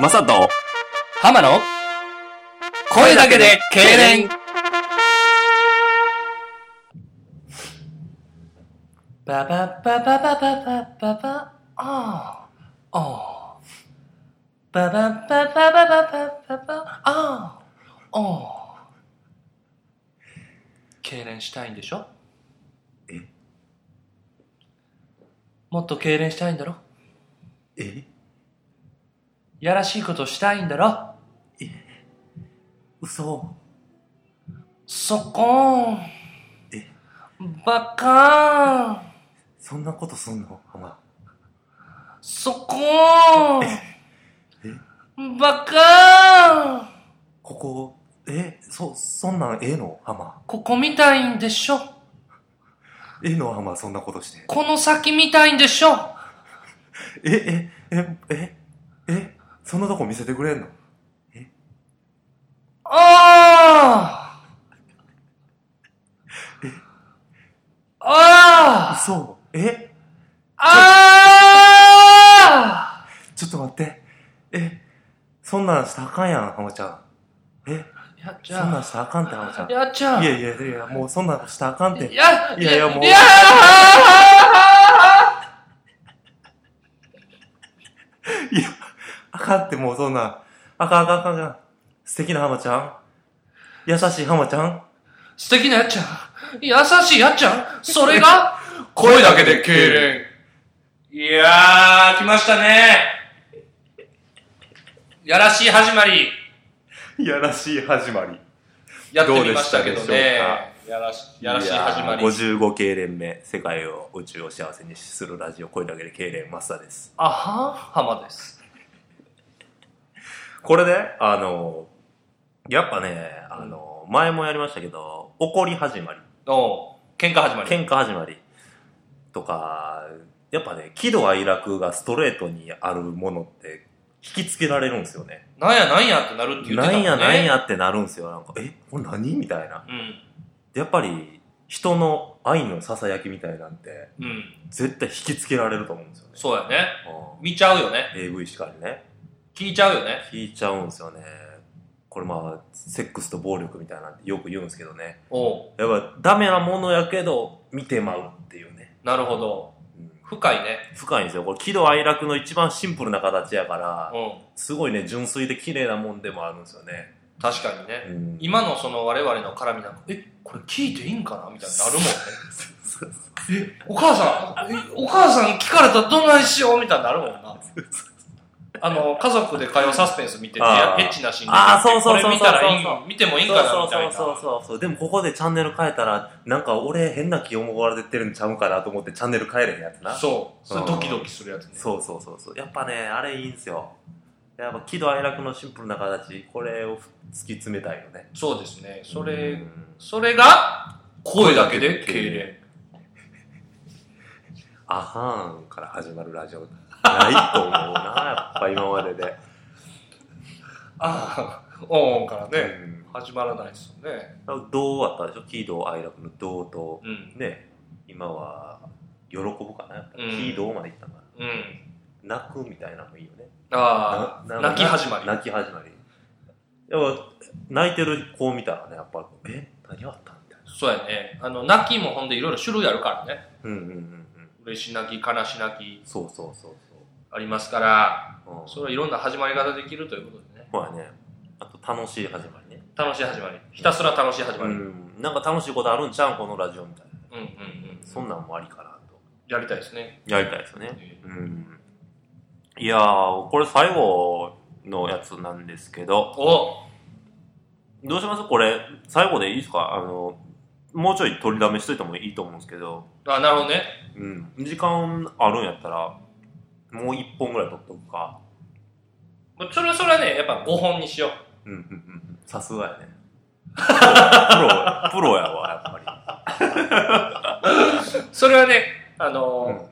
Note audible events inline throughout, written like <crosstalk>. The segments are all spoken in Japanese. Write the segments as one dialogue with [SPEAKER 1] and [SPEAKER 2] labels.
[SPEAKER 1] マサと、
[SPEAKER 2] 浜野声だけで痙攣パパパパパパパパパああああパパパパパパパパパああああ痙攣したいんでしょもっと痙攣したいんだろ
[SPEAKER 1] え
[SPEAKER 2] やらしいことしたいんだろ
[SPEAKER 1] 嘘
[SPEAKER 2] そこ
[SPEAKER 1] え
[SPEAKER 2] ーバカー
[SPEAKER 1] そんなことすんのお前。
[SPEAKER 2] そこー
[SPEAKER 1] え
[SPEAKER 2] バカー
[SPEAKER 1] ここ、えそ、そんなんええの浜。
[SPEAKER 2] ここ見たいんでしょ
[SPEAKER 1] ええの浜、そんなことして。
[SPEAKER 2] この先見たいんでしょ
[SPEAKER 1] え、え、え、え、え、そんなとこ見せてくれんの
[SPEAKER 2] あーあー
[SPEAKER 1] 嘘え
[SPEAKER 2] あ
[SPEAKER 1] ちょっと待って。え、そんなんしたらあかんやん、浜ちゃん。え、
[SPEAKER 2] ーやっち
[SPEAKER 1] そんなん
[SPEAKER 2] ゃ
[SPEAKER 1] したらあかんって、浜ちゃん
[SPEAKER 2] う。やっちゃう
[SPEAKER 1] いやいやいや、もうそんなんしたらあかんって。
[SPEAKER 2] や
[SPEAKER 1] いやいやもう
[SPEAKER 2] や
[SPEAKER 1] いや、あかんってもうそんな、あかんあかんあかんあかん。素敵な浜ちゃん優しい浜ちゃん
[SPEAKER 2] 素敵なやっちゃん。優しいやっちゃん。それが、声だけで痙攣。いやー、来ましたね。やらしい始まり、
[SPEAKER 1] いやらしい始まり。
[SPEAKER 2] やってみましたけど
[SPEAKER 1] どうでし
[SPEAKER 2] ね
[SPEAKER 1] たでしょ。
[SPEAKER 2] やらしやらしい始まり。
[SPEAKER 1] 55系連盟、世界を、宇宙を幸せにするラジオ、声だけで経連マスターです。
[SPEAKER 2] あは浜です。
[SPEAKER 1] これで、あの、やっぱね、あの、前もやりましたけど、怒り始まり、
[SPEAKER 2] おう喧嘩始まり。
[SPEAKER 1] 喧嘩始まりとか、やっぱね、喜怒哀楽がストレートにあるものって、引きつけられるんですよね。
[SPEAKER 2] なんやなんやってなるって言って
[SPEAKER 1] な
[SPEAKER 2] たも
[SPEAKER 1] ん
[SPEAKER 2] んね。
[SPEAKER 1] やなん。やってなるんですよ。なんか、え、これ何みたいな。
[SPEAKER 2] う
[SPEAKER 1] やっぱり、人の愛のささやきみたいなんて、
[SPEAKER 2] ん。うん。
[SPEAKER 1] 絶対引きつけられると思うんですよね。
[SPEAKER 2] そうやね。
[SPEAKER 1] う
[SPEAKER 2] 見ちゃうよね。
[SPEAKER 1] ん AV しかりね。
[SPEAKER 2] 聞いちゃうよね。
[SPEAKER 1] 聞いちゃうんですよね。これまあ、セックスと暴力みたいなんてよく言うんですけどね。
[SPEAKER 2] おう
[SPEAKER 1] やっぱ、ダメなものやけど、見てまうっていうね。
[SPEAKER 2] なるほど。
[SPEAKER 1] うん
[SPEAKER 2] 深いね。
[SPEAKER 1] 深いんですよ。これ、喜怒哀楽の一番シンプルな形やから、
[SPEAKER 2] う
[SPEAKER 1] すごいね、純粋で綺麗なもんでもあるんですよね。
[SPEAKER 2] ん。確かにね。
[SPEAKER 1] うん
[SPEAKER 2] 今のその我々の絡みなんか、え、これ聞いていいんかなみたいになるも
[SPEAKER 1] <laughs>
[SPEAKER 2] んね。お母さん、えお母さん聞かれたらどないしようみたいになるもんな。あの、家族で会話サスペンス見てて、エ
[SPEAKER 1] あー
[SPEAKER 2] ッチなシーン
[SPEAKER 1] あー
[SPEAKER 2] 見て
[SPEAKER 1] そうそ
[SPEAKER 2] て
[SPEAKER 1] うそうそう
[SPEAKER 2] これ見たらいいん、見てもいいんかなみたいな。
[SPEAKER 1] そうそうそうそうそうでもここでチャンネル変えたらなんか俺変な気思われてるんちゃうんかなと思ってチャンネル変えれへんやつなそう
[SPEAKER 2] そう。それドキドキするやつね。
[SPEAKER 1] そうそうそうやっぱねあれいいんすよやっぱ喜怒哀楽のシンプルな形これを突き詰めたいよね
[SPEAKER 2] そうですね。それ、
[SPEAKER 1] うん
[SPEAKER 2] それが、声だけで痙攣。
[SPEAKER 1] アハーンから始まるラジオないと思う
[SPEAKER 2] <laughs>
[SPEAKER 1] なやっぱ今までで、
[SPEAKER 2] ああ、おーん <laughs> からね、
[SPEAKER 1] うん
[SPEAKER 2] 始まらないですよね。
[SPEAKER 1] どうあったでしょ喜怒哀楽の「どう」と
[SPEAKER 2] うん。
[SPEAKER 1] ね今は喜ぶかなやっぱ
[SPEAKER 2] うん
[SPEAKER 1] 喜怒までいったから
[SPEAKER 2] うん。
[SPEAKER 1] 泣くみたいなのもいいよね
[SPEAKER 2] あ
[SPEAKER 1] な
[SPEAKER 2] あ、
[SPEAKER 1] な
[SPEAKER 2] 泣き始まり。
[SPEAKER 1] 泣き始まりやっぱ泣いてる子を見たらねやっぱ「え何があった?」みたいな
[SPEAKER 2] そうやね。あの、泣きもほんでいろいろ種類あるからね。
[SPEAKER 1] うんうんうんうん
[SPEAKER 2] 嬉し泣き、悲し泣き
[SPEAKER 1] そうそうそう
[SPEAKER 2] ありますから、
[SPEAKER 1] そううん
[SPEAKER 2] それはいろんな始まり方できるということでね。
[SPEAKER 1] ほらねあと楽しい始まりね
[SPEAKER 2] 楽しい始まり。ひたすら楽しい始ま
[SPEAKER 1] う
[SPEAKER 2] り。うん、
[SPEAKER 1] んなんか楽しいことあるんちゃうんこのラジオみたいな
[SPEAKER 2] うん、うんうん
[SPEAKER 1] そんなんもありかなと
[SPEAKER 2] やりたいですね。
[SPEAKER 1] やりたいですよね
[SPEAKER 2] え
[SPEAKER 1] うんいやーこれ最後のやつなんですけど
[SPEAKER 2] ーお
[SPEAKER 1] どうしますこれ最後でいいですかあのもうちょい取りだめしといてもいいと思うんですけど
[SPEAKER 2] あ、なるほどね。
[SPEAKER 1] うん、時間あるんやったらもう1本ぐらい取っとくか
[SPEAKER 2] もうそれはそれはね、やっぱ5本にしよう。
[SPEAKER 1] うんうんうんさすがやね <laughs> プロプロやわや
[SPEAKER 2] それはね、あ
[SPEAKER 1] っ
[SPEAKER 2] の
[SPEAKER 1] ぱ
[SPEAKER 2] ー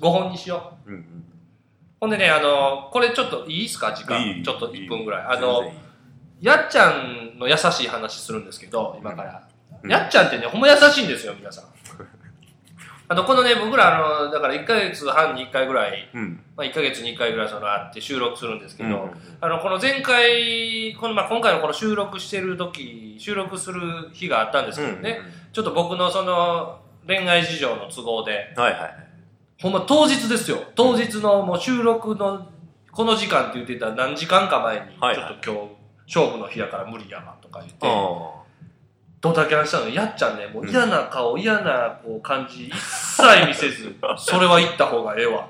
[SPEAKER 1] り、
[SPEAKER 2] 5本にしよう。
[SPEAKER 1] うんうん
[SPEAKER 2] ほんでね、あのーこれちょっといいですか時間。
[SPEAKER 1] いい
[SPEAKER 2] ちょっと1分ぐらい。
[SPEAKER 1] いい
[SPEAKER 2] あ
[SPEAKER 1] 全
[SPEAKER 2] の
[SPEAKER 1] 然いい
[SPEAKER 2] やっちゃんの優しい話するんですけど、今から。
[SPEAKER 1] うん
[SPEAKER 2] やっちゃんってね、ほんま優しいんですよ、皆さん。あの、このね、僕ら、あの、だから1ヶ月半に1回ぐらい、
[SPEAKER 1] うん。
[SPEAKER 2] まあ、1ヶ月に1回ぐらい、その、あって収録するんですけど、
[SPEAKER 1] うん
[SPEAKER 2] あの、この前回、この、まあ、今回のこの収録してる時、収録する日があったんですけどね、ちょっと僕のその、恋愛事情の都合で、
[SPEAKER 1] うん。はいはいはい。
[SPEAKER 2] ほんま当日ですよ。当日のもう収録のこの時間って言ってた何時間か前に、
[SPEAKER 1] はい
[SPEAKER 2] ちょ
[SPEAKER 1] は
[SPEAKER 2] っと今日勝負の日だから無理やわとか言って、
[SPEAKER 1] あ
[SPEAKER 2] ドタキャンしたのやっちゃんね、もう嫌な顔、嫌なこう感じ一切見せず、それは行った方がええわ。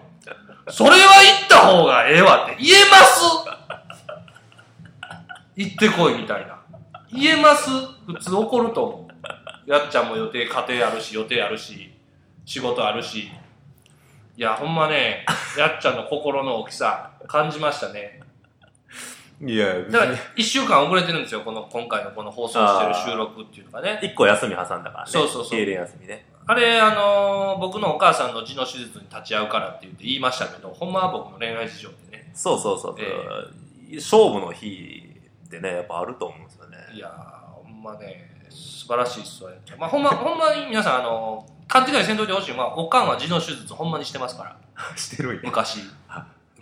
[SPEAKER 2] それは行った方がええわって言えます行ってこいみたいな。言えます普通怒ると思う。やっちゃんも予定、家庭あるし、予定あるし、仕事あるし。いや、ほんまね、やっちゃんの心の大きさ、感じましたね。
[SPEAKER 1] あ。いや、
[SPEAKER 2] だから、一週間遅れてるんですよ、この、今回のこの放送してる収録っていうのがね。
[SPEAKER 1] 一個休み挟んだからね。
[SPEAKER 2] そうそうそう
[SPEAKER 1] 定例休みね。
[SPEAKER 2] あれ、あのー僕のお母さんの痔の手術に立ち会うからって言って言いましたけど、ほんまは僕の恋愛事情でね、
[SPEAKER 1] そうそうそうそう、
[SPEAKER 2] え
[SPEAKER 1] 勝負の日ってね、やっぱあると思うんですよね。
[SPEAKER 2] いやー、ほんまね、素晴らしいっすわ、まあ、ほんま、ほんまに皆さん、あのー勘違いせんといてほしい。まあ、おかんは痔の手術ほんまにしてますから、
[SPEAKER 1] してるんや。
[SPEAKER 2] 昔。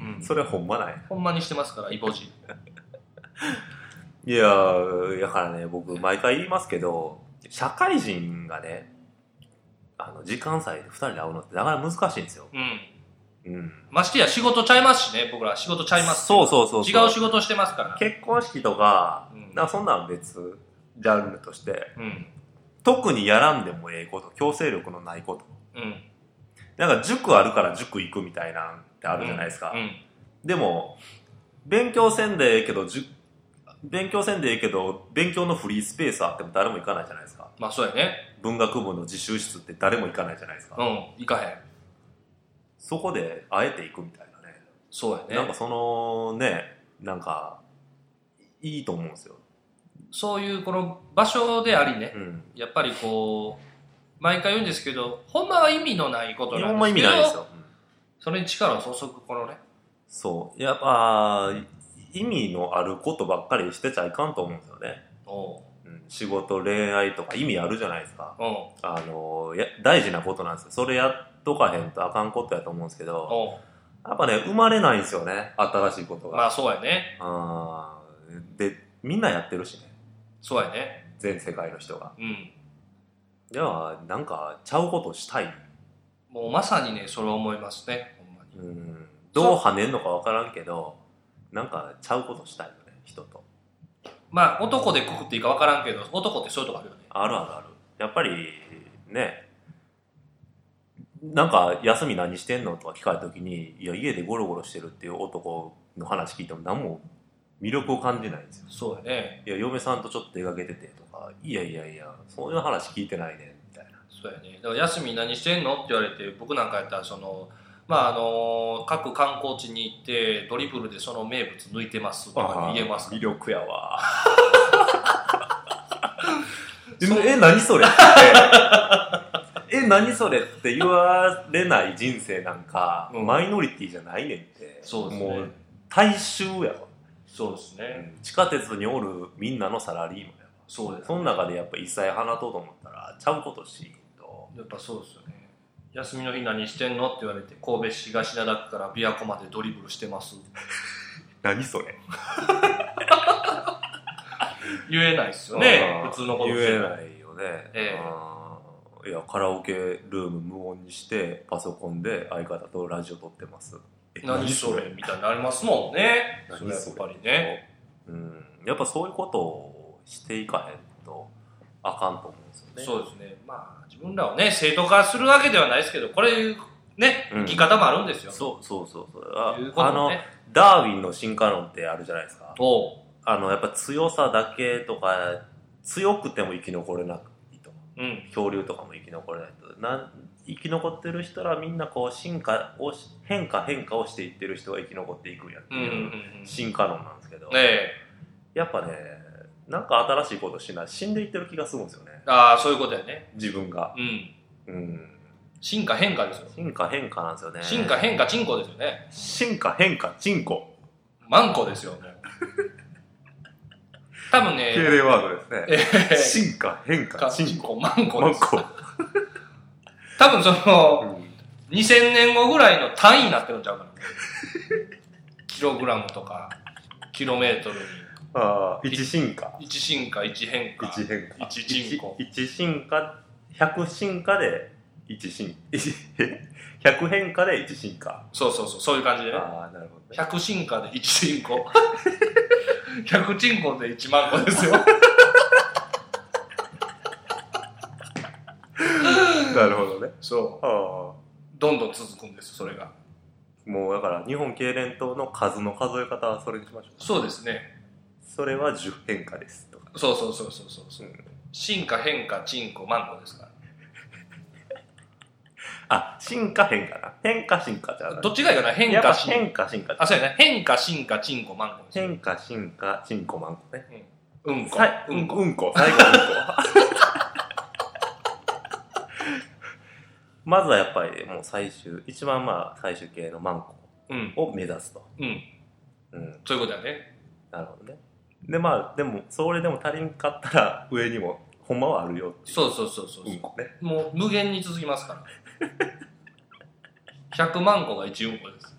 [SPEAKER 2] うん。
[SPEAKER 1] それはほんまない。
[SPEAKER 2] ほんまにしてますから、イボ痔。
[SPEAKER 1] いやー、だからね、僕、毎回言いますけど、社会人がね、あの、時間差で二人で会うのってなかなか難しいんですよ。
[SPEAKER 2] うん。
[SPEAKER 1] うん。
[SPEAKER 2] ましてや仕事ちゃいますしね、僕ら仕事ちゃいます。
[SPEAKER 1] そうそうそうそう。
[SPEAKER 2] 違う仕事してますから。
[SPEAKER 1] 結婚式とか、
[SPEAKER 2] うん
[SPEAKER 1] なんかそんなん別ジャンルとして、
[SPEAKER 2] うん。
[SPEAKER 1] 特にやらんでもええこと、強制力のないこと。
[SPEAKER 2] うん。
[SPEAKER 1] なんか塾あるから塾行くみたいなんってあるじゃないですか。
[SPEAKER 2] うん。
[SPEAKER 1] でも、勉強せんでええけど、塾勉強せんでええけど、勉強のフリースペースあっても誰も行かないじゃないですか。
[SPEAKER 2] まあ、そうやね。
[SPEAKER 1] 文学部の自習室って誰も行かないじゃないですか。
[SPEAKER 2] うん。行かへん。
[SPEAKER 1] そこで、あえて行くみたいなね。
[SPEAKER 2] そうやね。
[SPEAKER 1] なんかその、ね、なんか、いいと思うんですよ。
[SPEAKER 2] そういうこの場所でありね、
[SPEAKER 1] うん。
[SPEAKER 2] やっぱりこう、毎回言うんですけど、ほんまは意味のないこと
[SPEAKER 1] ほ
[SPEAKER 2] なんん
[SPEAKER 1] ま
[SPEAKER 2] で
[SPEAKER 1] 意
[SPEAKER 2] すけ
[SPEAKER 1] 味
[SPEAKER 2] ど、
[SPEAKER 1] ないですよ。うん
[SPEAKER 2] それに力を注ぐこのね、
[SPEAKER 1] そう。やっぱ、意味のあることばっかりしてちゃいかんと思うんですよね。
[SPEAKER 2] おう
[SPEAKER 1] うん、仕事、恋愛とか意味あるじゃないですか。
[SPEAKER 2] おう
[SPEAKER 1] あのや、大事なことなんですよ。それやっとかへんとあかんことやと思うんですけど、
[SPEAKER 2] お
[SPEAKER 1] やっぱね、生まれないんですよね。新しいこと
[SPEAKER 2] うま
[SPEAKER 1] が。
[SPEAKER 2] あそうやね、
[SPEAKER 1] あーで、みんなやってるしね。
[SPEAKER 2] そうやね、
[SPEAKER 1] 全世界の人が。
[SPEAKER 2] うん。
[SPEAKER 1] じゃあ、なんか、ちゃうことしたい。
[SPEAKER 2] もうまさにね、それを思いますね、ほんまに。
[SPEAKER 1] うん。どう跳ねんのかわからんけど、なんか、ちゃうことしたいよね、人と。
[SPEAKER 2] まあ男でくくっていいかわからんけど、男ってそういうとこあるよね。
[SPEAKER 1] あるあるある。やっぱり、ね、なんか、休み何してんのとか聞かれた時に、いや、家でゴロゴロしてるっていう男の話聞いても何も魅力を感じないんですよ。
[SPEAKER 2] そうやね、
[SPEAKER 1] いや、嫁さんとちょっと出かけててとか、いやいやいや、そういう話聞いてないね、みたいな。
[SPEAKER 2] そうやね。だから休み何してんのって言われて、僕なんかやったら、その、まああの各観光地に行ってドリブルでその名物抜いてますとか言えます
[SPEAKER 1] 魅力や
[SPEAKER 2] <laughs>
[SPEAKER 1] わ。
[SPEAKER 2] そう
[SPEAKER 1] え、何それって。 <laughs> え、何それって言われない人生なんか、
[SPEAKER 2] うん
[SPEAKER 1] マイノリティじゃないねんって。
[SPEAKER 2] そうです
[SPEAKER 1] も
[SPEAKER 2] ね
[SPEAKER 1] う、大衆やわ。
[SPEAKER 2] そうですね。
[SPEAKER 1] 地下鉄におるみんなのサラリーマンや
[SPEAKER 2] そうです、ね。
[SPEAKER 1] その中でやっぱ一切放とうと思ったらちゃうことしんと
[SPEAKER 2] やっぱそうですよね。休みの日何してんのって言われて、神戸市東灘区から琵琶湖までドリブルしてます。
[SPEAKER 1] 何それ
[SPEAKER 2] 言えないですよね。普通のこと
[SPEAKER 1] 言
[SPEAKER 2] して
[SPEAKER 1] えないよね、
[SPEAKER 2] ええ
[SPEAKER 1] あーいやカラオケルーム無音にしてパソコンで相方とラジオ撮ってますえ
[SPEAKER 2] 何それみたいになりますもんね。それ
[SPEAKER 1] 何
[SPEAKER 2] はや
[SPEAKER 1] そ
[SPEAKER 2] っ
[SPEAKER 1] れ
[SPEAKER 2] ぱりね。
[SPEAKER 1] うん、やっぱそういうことをしていかへんとあかんと思うんですよね
[SPEAKER 2] そうですね。まあ、自分らをね、正当化するわけではないですけど、これ、ね、
[SPEAKER 1] うん
[SPEAKER 2] 生き方もあるんですよ。
[SPEAKER 1] そうそうそうそう
[SPEAKER 2] と
[SPEAKER 1] あ
[SPEAKER 2] いうこ
[SPEAKER 1] あ
[SPEAKER 2] とも
[SPEAKER 1] の
[SPEAKER 2] ね。
[SPEAKER 1] ダーウィンの進化論ってあるじゃないですか
[SPEAKER 2] おう
[SPEAKER 1] あの、やっぱ強さだけとか、強くても生き残れないと。
[SPEAKER 2] うん。
[SPEAKER 1] 恐竜とかも生き残れないと。なん生き残ってる人らみんなこう進化をし、変化変化をしていってる人が生き残っていくんやって
[SPEAKER 2] うんうんう。
[SPEAKER 1] いうん
[SPEAKER 2] ね
[SPEAKER 1] 進化論なんですけど、
[SPEAKER 2] え。
[SPEAKER 1] やっぱね、なんか新しいことしない、死んでいってる気がするんですよね。
[SPEAKER 2] ああ、そういうことやね。
[SPEAKER 1] 自分が。
[SPEAKER 2] うん。
[SPEAKER 1] うん。
[SPEAKER 2] 進化変化ですよ。
[SPEAKER 1] 進化変化なんですよね。
[SPEAKER 2] 進化変化、チンコですよね。
[SPEAKER 1] 進化変化、チンコ。
[SPEAKER 2] マンコですよ
[SPEAKER 1] <laughs>
[SPEAKER 2] ね。多分ね、
[SPEAKER 1] 敬礼ワードですね。
[SPEAKER 2] え
[SPEAKER 1] 進化変化、
[SPEAKER 2] <laughs> か
[SPEAKER 1] チン
[SPEAKER 2] チン
[SPEAKER 1] コ。
[SPEAKER 2] コマンコ
[SPEAKER 1] マ
[SPEAKER 2] で
[SPEAKER 1] ン
[SPEAKER 2] す
[SPEAKER 1] コ。
[SPEAKER 2] 多分その、2000年後ぐらいの単位になってるんちゃうかな。 <laughs> キログラムとか、キロメートル
[SPEAKER 1] ああ、一進化。
[SPEAKER 2] に、1進化、1変化。
[SPEAKER 1] 一変化。
[SPEAKER 2] 一人口
[SPEAKER 1] 一一進化、百進化で一進、え <laughs> 百変化で一進化。
[SPEAKER 2] そうそうそう、そういう感じでね。
[SPEAKER 1] ああ、なるほどね。
[SPEAKER 2] 100進化で1進行。100進行で1万個で
[SPEAKER 1] <laughs>
[SPEAKER 2] すよ。
[SPEAKER 1] なるほどね。
[SPEAKER 2] そ
[SPEAKER 1] ああ。
[SPEAKER 2] う。どんどん続くんです、それが。
[SPEAKER 1] もうだから、日本経連党の数の数え方はそれにしましょう。
[SPEAKER 2] そうですね。
[SPEAKER 1] それは10変化ですとか。
[SPEAKER 2] そうそうそうそうそうそう
[SPEAKER 1] うん
[SPEAKER 2] 進化、変化、進行、万個ですか
[SPEAKER 1] あ、進化変化な。変化進化じゃな
[SPEAKER 2] ら。
[SPEAKER 1] い。
[SPEAKER 2] どっちがいいかな変
[SPEAKER 1] やっ
[SPEAKER 2] 化、
[SPEAKER 1] ぱ
[SPEAKER 2] 進
[SPEAKER 1] 変化進化。
[SPEAKER 2] あ、そうやね。変化、進化、進行、万個ですよ。
[SPEAKER 1] 変化進化、チンコマンコね。
[SPEAKER 2] うんこ
[SPEAKER 1] さ。
[SPEAKER 2] うんこ。
[SPEAKER 1] うんこ。最後、うんこ。まずはやっぱりもう最終、一番まあ最終形のマン
[SPEAKER 2] うん。
[SPEAKER 1] コを目指すと。
[SPEAKER 2] うん。
[SPEAKER 1] うん。
[SPEAKER 2] そういうことやね。
[SPEAKER 1] なるほどね。でまあ、でも、それでも足りんかったら上にも、ほんまはあるよっていう。
[SPEAKER 2] そうそうそうそう。
[SPEAKER 1] うんこね。
[SPEAKER 2] もう無限に続きますから。100万個が1うんこです。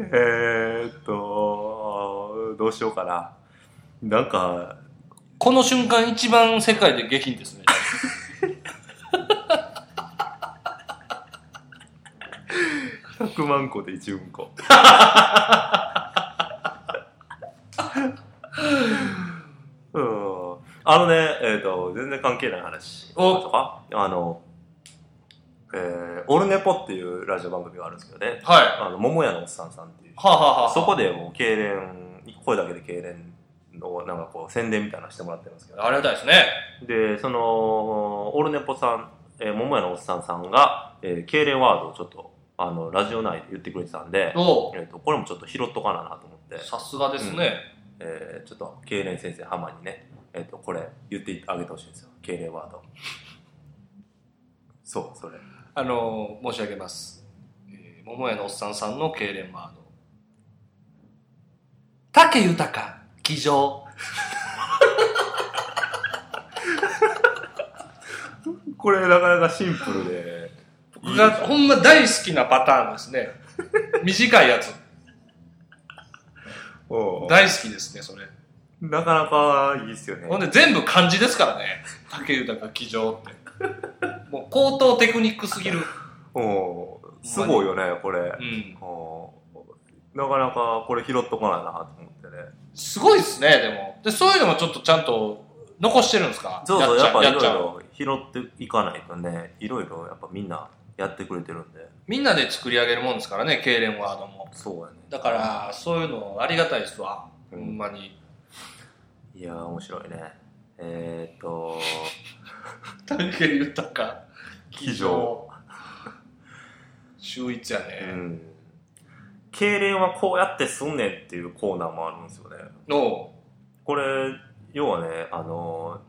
[SPEAKER 1] えーっと、どうしようかな。なんか、
[SPEAKER 2] この瞬間一番世界で下品ですね。
[SPEAKER 1] 100万個で1うんこ。うん。あのね、えっ、と、全然関係ない話。
[SPEAKER 2] お
[SPEAKER 1] とかあの、えー、オルネポっていうラジオ番組があるんですけどね。
[SPEAKER 2] はい。
[SPEAKER 1] あの、桃屋のおっさんさんっていう。
[SPEAKER 2] はあ、はあはあ、
[SPEAKER 1] そこでもう、痙攣、声だけで痙攣の、なんかこう、宣伝みたいなのしてもらってるんですけど。
[SPEAKER 2] ありがたいですね。
[SPEAKER 1] で、その、オルネポさん、えー、桃屋のおっさんさんが、えー、痙攣ワードをちょっと、あの、ラジオ内で言ってくれてたんで、
[SPEAKER 2] おう
[SPEAKER 1] えー、とこれもちょっと拾っとかななと思って、
[SPEAKER 2] さすがですね。
[SPEAKER 1] えーちょっと経連先生浜にね、えー、とこれ言ってあげてほしいんですよ経連ワードそうそれ
[SPEAKER 2] あのー、申し上げます。えー、桃屋のおっさんさんの痙攣ワード。竹豊、騎乗。
[SPEAKER 1] これなかなかシンプルで
[SPEAKER 2] 僕がほんま大好きなパターンです <laughs> ね。短いやつ。
[SPEAKER 1] おう
[SPEAKER 2] 大好きですね、それ。
[SPEAKER 1] なかなかいいですよね
[SPEAKER 2] ほんで全部漢字ですからね。竹豊、騎乗って。もう高等テクニックすぎる。
[SPEAKER 1] おうすごいよねこれ
[SPEAKER 2] う、ん。
[SPEAKER 1] おうなかなかこれ拾っとかないなと思ってね
[SPEAKER 2] すごいですね、でも。で、そういうのもちょっとちゃんと残してるんですか
[SPEAKER 1] そうそうやっぱい
[SPEAKER 2] や
[SPEAKER 1] ろ
[SPEAKER 2] っ
[SPEAKER 1] い
[SPEAKER 2] ちゃう
[SPEAKER 1] ろ拾っていかないとねいろいろやっぱみんなやってくれてるんで
[SPEAKER 2] みんなで作り上げるもんですからね、痙攣ワードも。
[SPEAKER 1] そうやね
[SPEAKER 2] だから、そういうのありがたいですわ。
[SPEAKER 1] う
[SPEAKER 2] ほ
[SPEAKER 1] ん
[SPEAKER 2] んまに。
[SPEAKER 1] いやー面白いねえー、っと
[SPEAKER 2] 竹豊。
[SPEAKER 1] 騎乗。
[SPEAKER 2] 秀逸や
[SPEAKER 1] う
[SPEAKER 2] ね。
[SPEAKER 1] ん痙攣はこうやってすんねんっていうコーナーもあるんですよね
[SPEAKER 2] の、
[SPEAKER 1] これ要はねあのー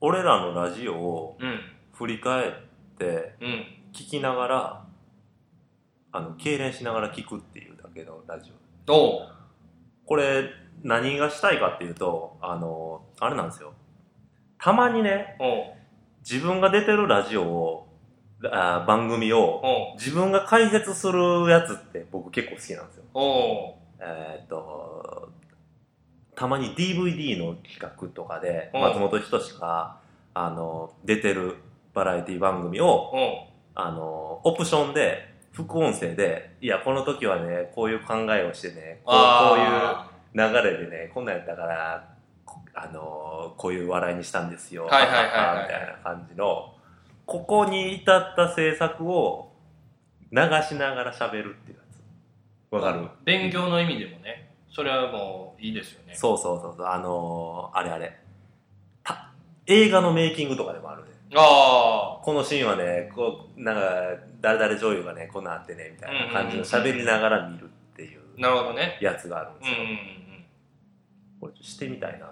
[SPEAKER 1] 俺らのラジオを
[SPEAKER 2] うん、
[SPEAKER 1] 振り返って
[SPEAKER 2] うん。
[SPEAKER 1] 聞きながらあの痙攣しながら聞くっていうだけのラジオ
[SPEAKER 2] の、
[SPEAKER 1] これ何がしたいかっていうとあのーあれなんですよたまにね
[SPEAKER 2] お
[SPEAKER 1] 自分が出てるラジオをあー番組を
[SPEAKER 2] お
[SPEAKER 1] 自分が解説するやつって僕結構好きなんですよ。
[SPEAKER 2] お
[SPEAKER 1] えーっと、たまに DVD の企画とかで、
[SPEAKER 2] うん
[SPEAKER 1] 松本人志が、あの、出てるバラエティ番組を、
[SPEAKER 2] お
[SPEAKER 1] あの、オプションで、副音声で、いや、この時はね、こういう考えをしてね、こうこういう
[SPEAKER 2] あ
[SPEAKER 1] 流れでね、こんなんやったから、こあのーこういう笑いにしたんですよ、
[SPEAKER 2] はいはいはいはい
[SPEAKER 1] みたいな感じの、ここに至った制作を流しながら喋るっていうやつ。わかる、
[SPEAKER 2] う勉強の意味でもね、それはもういいですよね。
[SPEAKER 1] そうそうそうそう、あのーあれあれ。た映画のメイキングとかでもあるね。
[SPEAKER 2] あ
[SPEAKER 1] このシーンはね、こう、なんか、誰々女優がね、こんなんあってね、みたいな感じの
[SPEAKER 2] うんうんうん
[SPEAKER 1] 喋りながら見るっていう
[SPEAKER 2] あ、なるほどね。
[SPEAKER 1] やつがあるんで
[SPEAKER 2] う
[SPEAKER 1] す
[SPEAKER 2] ん、う
[SPEAKER 1] よ
[SPEAKER 2] ん、う。ん。
[SPEAKER 1] これちょっとしてみたいな。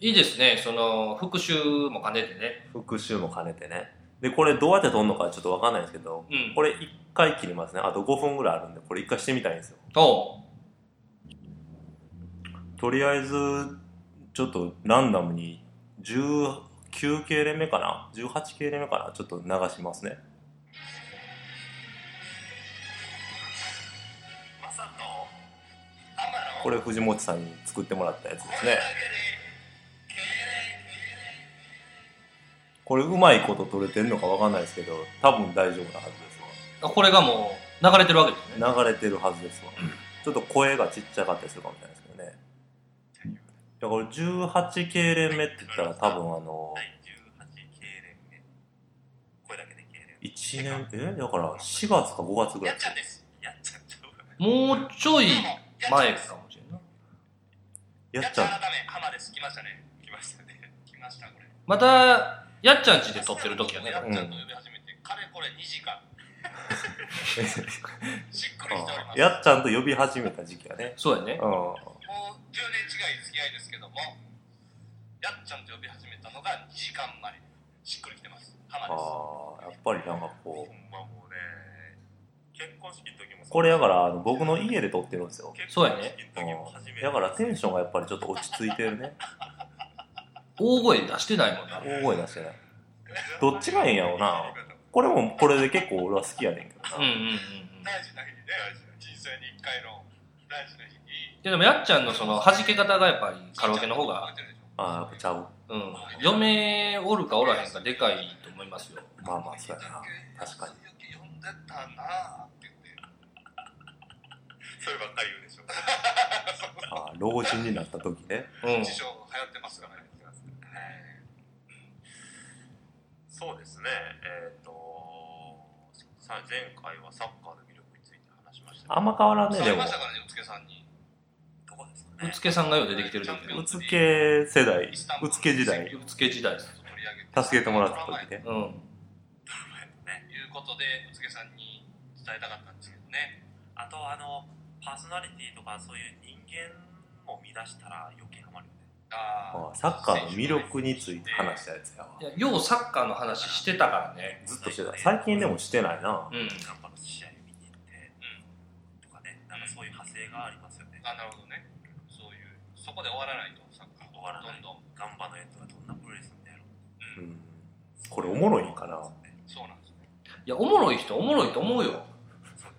[SPEAKER 2] いいですね、その、復習も兼ねてね。
[SPEAKER 1] 復習も兼ねてね。で、これどうやって撮るのかちょっとわかんないんですけど、
[SPEAKER 2] うん。
[SPEAKER 1] これ一回切りますね。あと5分ぐらいあるんで、これ一回してみたいんですよ。
[SPEAKER 2] お
[SPEAKER 1] とりあえず、ちょっとランダムに19系連目かな18系連目かなちょっと流しますねこれ藤本さんに作ってもらったやつですねこれうまいこと取れてるのかわかんないですけど多分大丈夫なはずですわ
[SPEAKER 2] あこれがもう流れてるわけですね
[SPEAKER 1] 流れてるはずですわ、ちょっと声がちっちゃかったりするかもしれないですけどねだから18系連目って言ったら多分あの1年えだから4月か5月ぐらいですよ
[SPEAKER 2] もうちょい前かもしれんない
[SPEAKER 1] やっち
[SPEAKER 2] <laughs>
[SPEAKER 1] ゃん
[SPEAKER 2] またやっちゃんちで撮ってる時やね
[SPEAKER 3] やっちゃんと呼び始めて、かれこれ2時間。しっくりしております。
[SPEAKER 1] やっちゃんと呼び始めた時期やね
[SPEAKER 2] そうやね
[SPEAKER 1] うん
[SPEAKER 3] もう10年近い付き合いですけども、やっちゃんと呼び始めたのが2時間前。しっくりきてます。浜
[SPEAKER 1] あ
[SPEAKER 3] です。
[SPEAKER 1] あやっぱりなんかこう
[SPEAKER 3] まもうね、結婚式の時も
[SPEAKER 1] これだからあの僕の家で撮ってるんですよ
[SPEAKER 2] そうやね
[SPEAKER 1] うんだからテンションがやっぱりちょっと落ち着いてるね
[SPEAKER 2] 大声出してないもんな
[SPEAKER 1] 大声出してないどっちがええんやろうなこれもこれで結構俺は好きやねんけど
[SPEAKER 2] うん
[SPEAKER 1] な
[SPEAKER 2] うんうんうん
[SPEAKER 3] 大事な日にね、人生に1回の大事な日に。
[SPEAKER 2] ででもやっちゃんのその弾け方がやっぱりカラオケの方が、
[SPEAKER 1] ああやっぱちゃう
[SPEAKER 2] うん、嫁おるかおらへんかでかいと思いますよ
[SPEAKER 1] まあまあそうやな確かに
[SPEAKER 3] に。呼んでたなぁって言って。そればっかり言うでしょ。
[SPEAKER 1] ああ老人になった時ね
[SPEAKER 2] うん
[SPEAKER 3] 自称流行ってますからね。
[SPEAKER 4] そうですね、えっ、とさ、前回はサッカーの魅力について話しました
[SPEAKER 1] あんま変わらんね
[SPEAKER 3] あ
[SPEAKER 1] で
[SPEAKER 3] り
[SPEAKER 1] も
[SPEAKER 3] ましたからね、うつけさんに。どこですか
[SPEAKER 2] うつけさんがよう出てきてる時ね
[SPEAKER 1] うつけ世代うつけ時代
[SPEAKER 2] うつけ時代です
[SPEAKER 3] 取り上げ
[SPEAKER 1] 助けてもらった時
[SPEAKER 3] と
[SPEAKER 1] ね
[SPEAKER 2] うん
[SPEAKER 3] いうことで、うつけさんに伝えたかったんですけどね。
[SPEAKER 4] あと、あの、パーソナリティとかそういう人間も見出したら余計ハマるよね。
[SPEAKER 3] あ
[SPEAKER 1] ああサッカーの魅力について話したやつやわ
[SPEAKER 2] いやようサッカーの話してたからね
[SPEAKER 1] ずっとしてた最近でもしてないな
[SPEAKER 2] うん
[SPEAKER 4] なんかの試合見に行って、とかね、なんかそういう派生がありますよね。
[SPEAKER 3] あ、なるほどね。そういう、そこで終わらないと、サッカー。
[SPEAKER 4] 終わらない
[SPEAKER 3] どんどん。
[SPEAKER 4] ガンバのやつがどんなプレーするんだろう。
[SPEAKER 1] うんこれおもろいんかな
[SPEAKER 3] そうなんですね。
[SPEAKER 2] いやおもろい人おもろいと思うよ、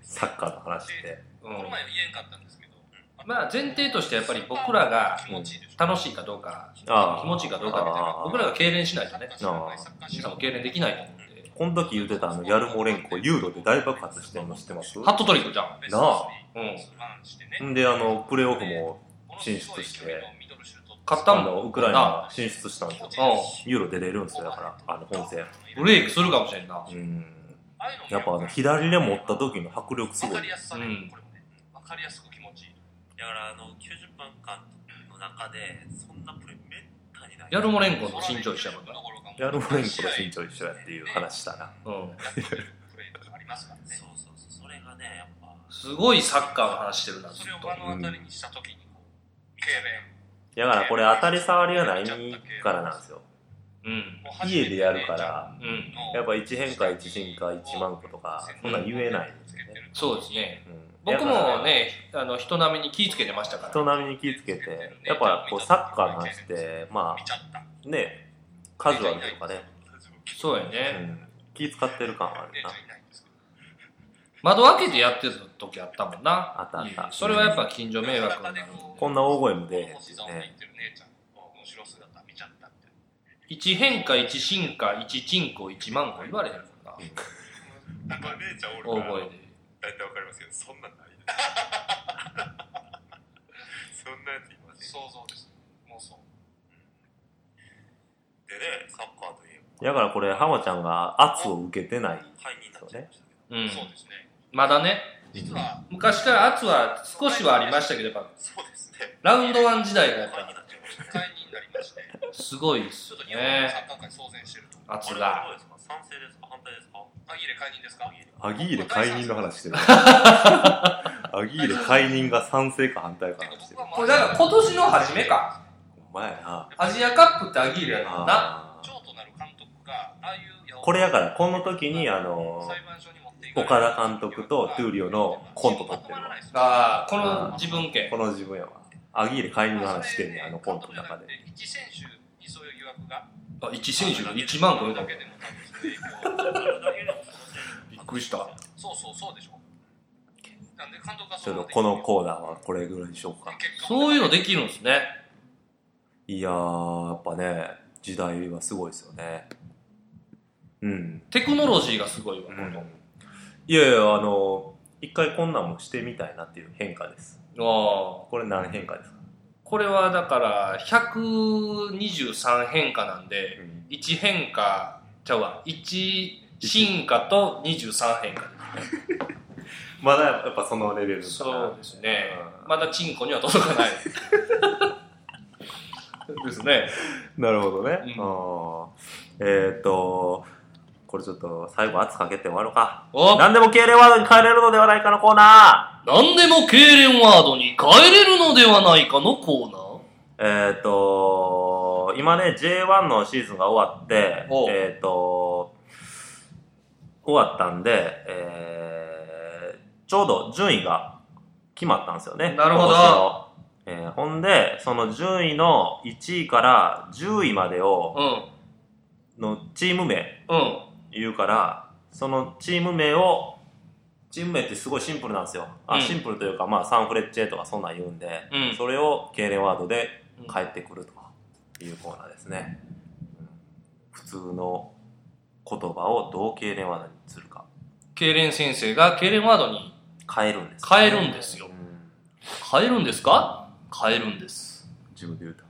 [SPEAKER 1] サッカーの話って
[SPEAKER 2] う
[SPEAKER 3] こ
[SPEAKER 2] ん
[SPEAKER 3] の、前言えんかったんですけど、
[SPEAKER 2] まあ前提としてやっぱり僕らが
[SPEAKER 3] 気持ちいいでしょ。
[SPEAKER 2] 楽しいかどうか
[SPEAKER 1] ああ
[SPEAKER 2] 気持ちいいかどうかみたいな
[SPEAKER 1] ああ
[SPEAKER 2] 僕らが痙攣しないとね
[SPEAKER 3] サッカー知らないサッカー知
[SPEAKER 2] 皆
[SPEAKER 3] ら
[SPEAKER 2] さん
[SPEAKER 3] ない
[SPEAKER 2] も痙攣できないと思うんで
[SPEAKER 1] この時言ってたあのヤルモレンコユーロで大爆発してるの知ってます
[SPEAKER 2] ハットトリックじゃん
[SPEAKER 3] ベストスリー
[SPEAKER 2] なあうん
[SPEAKER 3] スマンしてね
[SPEAKER 1] んであのプレーオフも進出して
[SPEAKER 3] ものすごい距離のミドルシュート
[SPEAKER 2] 勝った
[SPEAKER 1] あ
[SPEAKER 2] んだ
[SPEAKER 1] のウクライナが進出したんですよ
[SPEAKER 2] ああ
[SPEAKER 1] ユーロ出れるんですよだからあの本戦
[SPEAKER 2] ブレイクするかもしれんな
[SPEAKER 1] うん
[SPEAKER 3] ああいうのも
[SPEAKER 1] やっぱあの左で持った時の迫力す
[SPEAKER 3] わ
[SPEAKER 1] ご
[SPEAKER 3] か
[SPEAKER 1] い
[SPEAKER 3] りやすさね、
[SPEAKER 2] うん
[SPEAKER 3] これもね。わかりやすく気持ちいい。
[SPEAKER 4] だから、あの、90分間の中で、そんなプレーめったにない。
[SPEAKER 2] ヤルモレンコ
[SPEAKER 3] こ
[SPEAKER 2] の身長一緒やもんな
[SPEAKER 1] ヤルモレンコの身長一緒やっていう話したな
[SPEAKER 2] うん
[SPEAKER 3] プレーとかありますからね。
[SPEAKER 4] そうそうそう、それがね、やっぱ、
[SPEAKER 2] すごいサッカーの話してるなずっ
[SPEAKER 3] それを
[SPEAKER 2] と
[SPEAKER 3] 目の当たりにしたときに、こう、痙攣
[SPEAKER 1] だからこれ当たり障りがないからなんですよ
[SPEAKER 2] うん
[SPEAKER 3] もう初め
[SPEAKER 1] 家
[SPEAKER 3] て
[SPEAKER 1] でやるから
[SPEAKER 2] うん
[SPEAKER 1] やっぱ1変化1進化1万個とかそんなん言えないんですよね、
[SPEAKER 2] そうですね
[SPEAKER 1] うん
[SPEAKER 2] 僕
[SPEAKER 1] だか
[SPEAKER 2] も
[SPEAKER 1] ら
[SPEAKER 2] ねあの人並みに気ぃつけてましたから
[SPEAKER 1] 人並みに気ぃつけてやっぱこうサッカーの話ってま
[SPEAKER 3] 見ちゃった。
[SPEAKER 1] あねカジュアルというかね、
[SPEAKER 2] そうや
[SPEAKER 1] う
[SPEAKER 2] ね
[SPEAKER 1] ん、気使ってる感はあ
[SPEAKER 3] 姉
[SPEAKER 1] る
[SPEAKER 3] ちゃ
[SPEAKER 1] なん
[SPEAKER 3] いないんですけど。
[SPEAKER 2] 窓開けてやってた時あったもんな
[SPEAKER 1] あったあった
[SPEAKER 2] それはやっぱ近所迷惑になる
[SPEAKER 1] こんな大声も出えへん
[SPEAKER 3] お
[SPEAKER 1] って
[SPEAKER 3] 膝を
[SPEAKER 1] いう
[SPEAKER 3] 入っ
[SPEAKER 1] ね
[SPEAKER 3] てる姉ちゃんの面白姿見ちゃったみたい
[SPEAKER 2] 一変化一進化一チンコ一万個言われへんもんな
[SPEAKER 3] な。なんか姉ちゃんお
[SPEAKER 2] 大声で
[SPEAKER 3] 大体わかりますけど、そんなんない <laughs> です。そんなやついません。想像です。妄想。
[SPEAKER 4] でね、サッカーといえば、
[SPEAKER 1] だからこれ浜ちゃんが圧を受けてない
[SPEAKER 4] 灰になっちゃいましたけど、
[SPEAKER 2] うん
[SPEAKER 3] そうですね。
[SPEAKER 2] まだね
[SPEAKER 3] 実は、
[SPEAKER 2] 昔から圧は少しはありましたけどやっぱ
[SPEAKER 4] そうですね、
[SPEAKER 2] ラウンドワン時代がやっ
[SPEAKER 4] 灰に
[SPEAKER 2] ぱ
[SPEAKER 4] なっちゃいましたね。
[SPEAKER 3] 会になりまして、
[SPEAKER 2] すごいっす
[SPEAKER 3] ちょっ
[SPEAKER 2] よ
[SPEAKER 3] と日本のサ
[SPEAKER 2] ね
[SPEAKER 3] ッカー界騒然してると。
[SPEAKER 2] 圧
[SPEAKER 4] これは
[SPEAKER 2] が
[SPEAKER 4] どうですか賛成ですか反対ですか
[SPEAKER 3] アギレ解任ですか
[SPEAKER 1] アギーレ解任の話してるアギーレ解任が賛成か反対かの話してる
[SPEAKER 2] これだから今年の初めか
[SPEAKER 1] お前やな
[SPEAKER 2] アジアカップってアギーレやったもんな
[SPEAKER 1] あー
[SPEAKER 3] 長となる監督が、ああいうや
[SPEAKER 1] これやからこの時にあの
[SPEAKER 3] 裁判所に持っていかれる
[SPEAKER 1] 岡田監督とトゥーリオのコント撮ってるわ
[SPEAKER 2] ああこの自分
[SPEAKER 1] こ
[SPEAKER 2] 権
[SPEAKER 1] の自分やわアギーレ解任の話してんねんあのコントの中で。
[SPEAKER 3] 一選手にそういう疑惑が。
[SPEAKER 2] あ、1選手が1万超えた
[SPEAKER 3] だ
[SPEAKER 2] び
[SPEAKER 3] け
[SPEAKER 2] っ
[SPEAKER 3] でも多分その影響
[SPEAKER 1] <laughs>
[SPEAKER 3] は
[SPEAKER 2] くりした。
[SPEAKER 3] そうそうそうでしょ。なんで監督が
[SPEAKER 1] ち
[SPEAKER 3] そ
[SPEAKER 1] ょっ
[SPEAKER 3] う
[SPEAKER 1] とこのコーナーはこれぐらいにしようか。
[SPEAKER 2] そういうのできるんですね。
[SPEAKER 1] いやー、やっぱね、時代はすごいですよね。うん。
[SPEAKER 2] テクノロジーがすごいわ、この。
[SPEAKER 1] いやいや、あの、一回こんなんもしてみたいなっていう変化です。
[SPEAKER 2] ああ。
[SPEAKER 1] これ何変化ですか、
[SPEAKER 2] これはだから、123変化なんで、
[SPEAKER 1] うん
[SPEAKER 2] 1変化、ちゃうわ、1進化と23変化
[SPEAKER 1] まだやっぱそのレベル
[SPEAKER 2] で
[SPEAKER 1] かな
[SPEAKER 2] す。そうですね
[SPEAKER 1] う。ん
[SPEAKER 2] まだチンコには届かない。ですね。
[SPEAKER 1] なるほどね。
[SPEAKER 2] うん
[SPEAKER 1] あーえーっと、これちょっと最後圧かけて終わろうか。
[SPEAKER 2] お
[SPEAKER 1] 何でも敬礼ワードに変えれるのではないかのコーナ
[SPEAKER 2] 何でも痙攣ワードに変えれるのではないかのコーナー
[SPEAKER 1] ーえーっと、今ね、J1 のシーズンが終わって、
[SPEAKER 2] おう
[SPEAKER 1] えーっと、終わったんで、えーちょうど順位が決まったんですよね。
[SPEAKER 2] なるほど
[SPEAKER 1] 今年のえーほんで、その順位の1位から10位までを、
[SPEAKER 2] う
[SPEAKER 1] のチーム名、
[SPEAKER 2] ん。うん。
[SPEAKER 1] 言うからそのチーム名をチーム名ってすごいシンプルなんですよ、あ
[SPEAKER 2] うん
[SPEAKER 1] シンプルというか、まあ、サンフレッチェとかそんなん言うんで、
[SPEAKER 2] うん
[SPEAKER 1] それを敬礼ワードで
[SPEAKER 2] うん
[SPEAKER 1] 返ってくるというコーナーですね、うん普通の言葉をどう敬礼ワードにするか
[SPEAKER 2] 痙攣先生が痙攣ワードに
[SPEAKER 1] 変えるんです、
[SPEAKER 2] 変えるんです
[SPEAKER 1] う
[SPEAKER 2] よ。
[SPEAKER 1] ん
[SPEAKER 2] 変えるんですか変えるんです。
[SPEAKER 1] 自分で言うと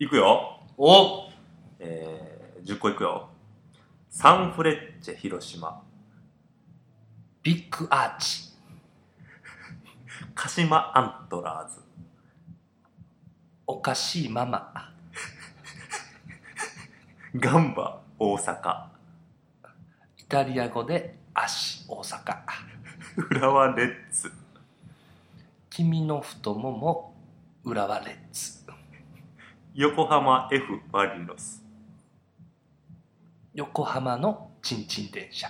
[SPEAKER 1] いくよ、
[SPEAKER 2] お
[SPEAKER 1] えー、10個いくよサンフレッチェ広島
[SPEAKER 2] ビッグアーチ。
[SPEAKER 1] 鹿島アントラーズ
[SPEAKER 2] おかしいママ。
[SPEAKER 1] ガンバ大阪
[SPEAKER 2] イタリア語で足大阪。
[SPEAKER 1] 浦和レッズ
[SPEAKER 2] 君の太もも浦和レッズ。
[SPEAKER 1] 横浜 F ・マリノス
[SPEAKER 2] 横浜のチンチン電車。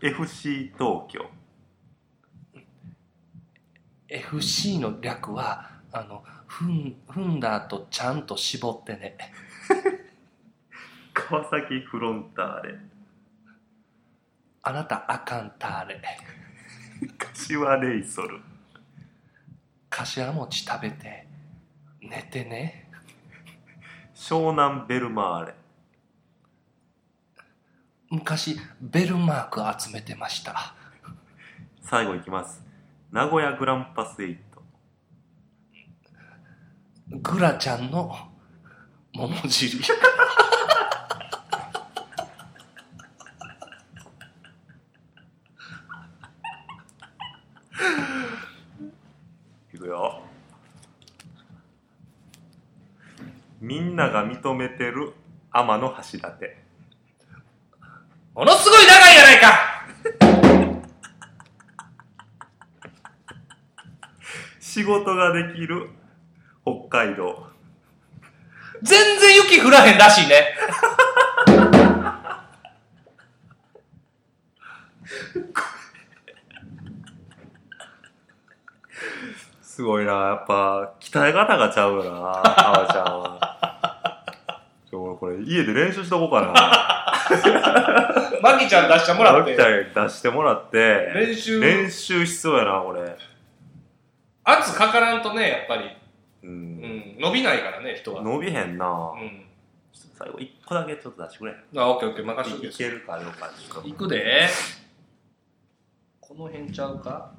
[SPEAKER 1] FC 東京
[SPEAKER 2] FC の略は、あの、ふん、踏んだ後ちゃんと絞ってね。
[SPEAKER 1] 川崎フロンターレ
[SPEAKER 2] あなたあかんたあれ。
[SPEAKER 1] 柏レイソル
[SPEAKER 2] 柏餅食べて、寝てね。
[SPEAKER 1] 湘南ベルマーレ
[SPEAKER 2] 昔ベルマーク集めてました
[SPEAKER 1] 最後いきます名古屋グランパスエイト
[SPEAKER 2] グラちゃんの桃尻
[SPEAKER 1] いくよみんなが認めてる天の橋立
[SPEAKER 2] ものすごい長いやないか
[SPEAKER 1] 仕事ができる北海道
[SPEAKER 2] 全然雪降らへんらしいね
[SPEAKER 1] すごいなやっぱ鍛え方がちゃうよなあわちゃんはちょ俺これ家で練習しとこうかな
[SPEAKER 2] マキちゃん出してもらっ
[SPEAKER 1] 青
[SPEAKER 2] て
[SPEAKER 1] 木ちゃん出してもらって
[SPEAKER 2] 練習
[SPEAKER 1] 練習しそうやなこれ
[SPEAKER 2] 圧かからんとねやっぱり、
[SPEAKER 1] う、
[SPEAKER 2] うんん、伸びないからね人は
[SPEAKER 1] 伸びへんな、
[SPEAKER 2] うん
[SPEAKER 1] ちょっと最後一個だけちょっと出してくれ
[SPEAKER 2] あオッケーオッケー任しと
[SPEAKER 1] いい
[SPEAKER 2] け
[SPEAKER 1] けるかどうかちょっと
[SPEAKER 2] いくでこの辺ちゃうか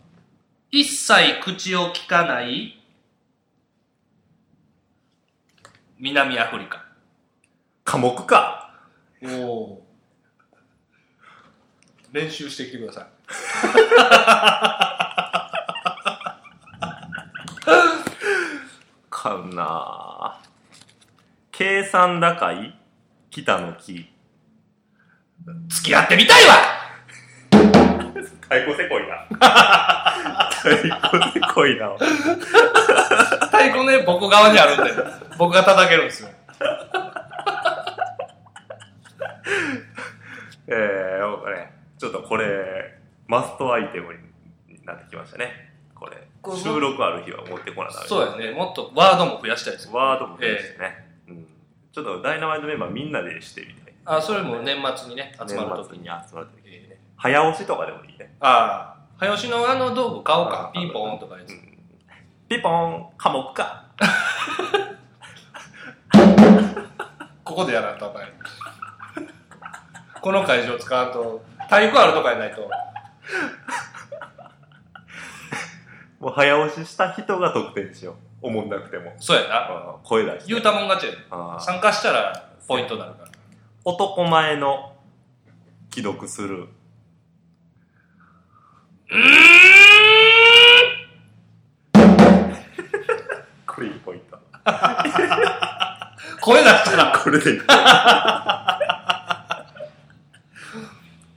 [SPEAKER 2] 一切口を聞かない南アフリカ
[SPEAKER 1] 科目か
[SPEAKER 2] おお練習してきてくださ
[SPEAKER 1] 買うな計算高い北の木
[SPEAKER 2] い付き合ってみたいわ
[SPEAKER 1] 太鼓せこいな太鼓せこいな
[SPEAKER 2] 太鼓ね僕側にあるん <laughs> で僕が叩けるんですよ
[SPEAKER 1] えー、ねちょっとこれマストアイテムになってきましたねこれ
[SPEAKER 2] これ
[SPEAKER 1] 収録ある日は持ってこなダメ
[SPEAKER 2] そうやね。もっとワードも増やしたいですよ。
[SPEAKER 1] ワードも増やしてね、うん、ちょっとダイナマイトメンバーみんなでしてみたい
[SPEAKER 2] あ、それも年末にね、集まると
[SPEAKER 1] 年末
[SPEAKER 2] きに。
[SPEAKER 1] に集まる時
[SPEAKER 2] ええ
[SPEAKER 1] 早押しとかでもいいね、
[SPEAKER 2] ああ、早押しのあの道具買おうか
[SPEAKER 1] あ。
[SPEAKER 2] ピンポーンとかやつ
[SPEAKER 1] う。ん、ピポン科目か
[SPEAKER 2] ここでやらんとあかんやんこの会場使わんと、体育あるとかやないと。
[SPEAKER 1] もう早押しした人が得点しよう思んなくても
[SPEAKER 2] そうやな。
[SPEAKER 1] あー声出して
[SPEAKER 2] 言うたもん勝ちやで
[SPEAKER 1] あー
[SPEAKER 2] 参加したらポイントになるから。
[SPEAKER 1] 男前の既読するこれいいポイント
[SPEAKER 2] 声出したら。
[SPEAKER 1] これでいい <laughs>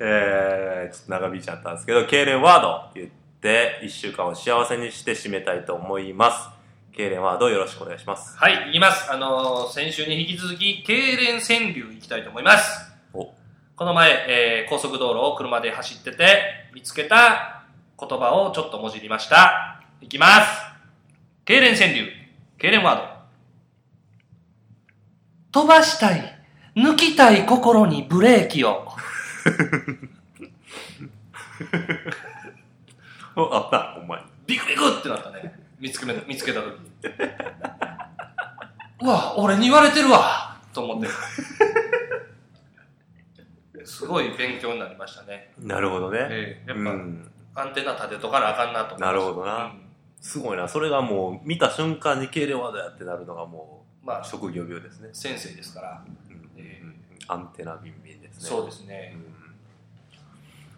[SPEAKER 1] えー、ちょっと長引いちゃったんですけど、敬礼ワード言って、1週間を幸せにして締めたいと思います。敬礼ワードよろしくお願いします。
[SPEAKER 2] はい、行きます。あのー先週に引き続き、経連川柳行きたいと思います。
[SPEAKER 1] お
[SPEAKER 2] この前、えー高速道路を車で走ってて、見つけた言葉をちょっともじりました。行きます。経連川柳、経連ワード。飛ばしたい、抜きたい心にブレーキを。
[SPEAKER 1] おあった、ほんまに。
[SPEAKER 2] ビクビクってなったね。見つけめ見つけた時に。うわ、俺に言われてるわと思って。すごい勉強になりましたね。
[SPEAKER 1] なるほどね。
[SPEAKER 2] ええや
[SPEAKER 1] う
[SPEAKER 2] っ
[SPEAKER 1] ん、
[SPEAKER 2] ぱ、アンテナ立てとかなあかんなと思いま
[SPEAKER 1] な
[SPEAKER 2] した
[SPEAKER 1] るほどな
[SPEAKER 2] うん
[SPEAKER 1] すごいな。それがもう、見た瞬間に敬礼ワードやってなるのがも
[SPEAKER 2] ま
[SPEAKER 1] う、
[SPEAKER 2] あ、
[SPEAKER 1] 職業病ですね。
[SPEAKER 2] 先生ですから。
[SPEAKER 1] うん
[SPEAKER 2] ええ
[SPEAKER 1] アンテナビンビンですね。
[SPEAKER 2] そうです
[SPEAKER 1] う
[SPEAKER 2] ね。
[SPEAKER 1] ん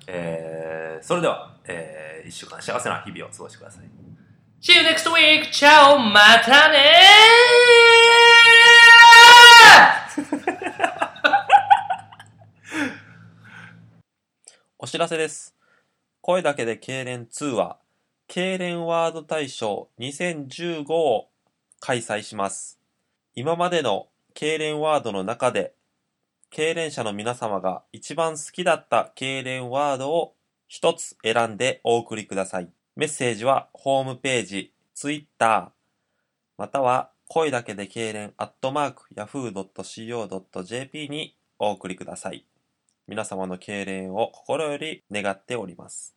[SPEAKER 1] えー、それでは、えー、1週間幸せな日々を過ごしてください。
[SPEAKER 2] See you next week! チャオまたね
[SPEAKER 5] お知らせです。声だけで痙攣2は、痙攣ワード大賞2015を開催します。今までの痙攣ワードの中で、痙攣者の皆様が一番好きだった痙攣ワードを一つ選んでお送りください。メッセージはホームページ、ツイッター、または声だけで痙攣アットマーク yahoo.co.jp にお送りください。皆様の敬礼を心より願っております。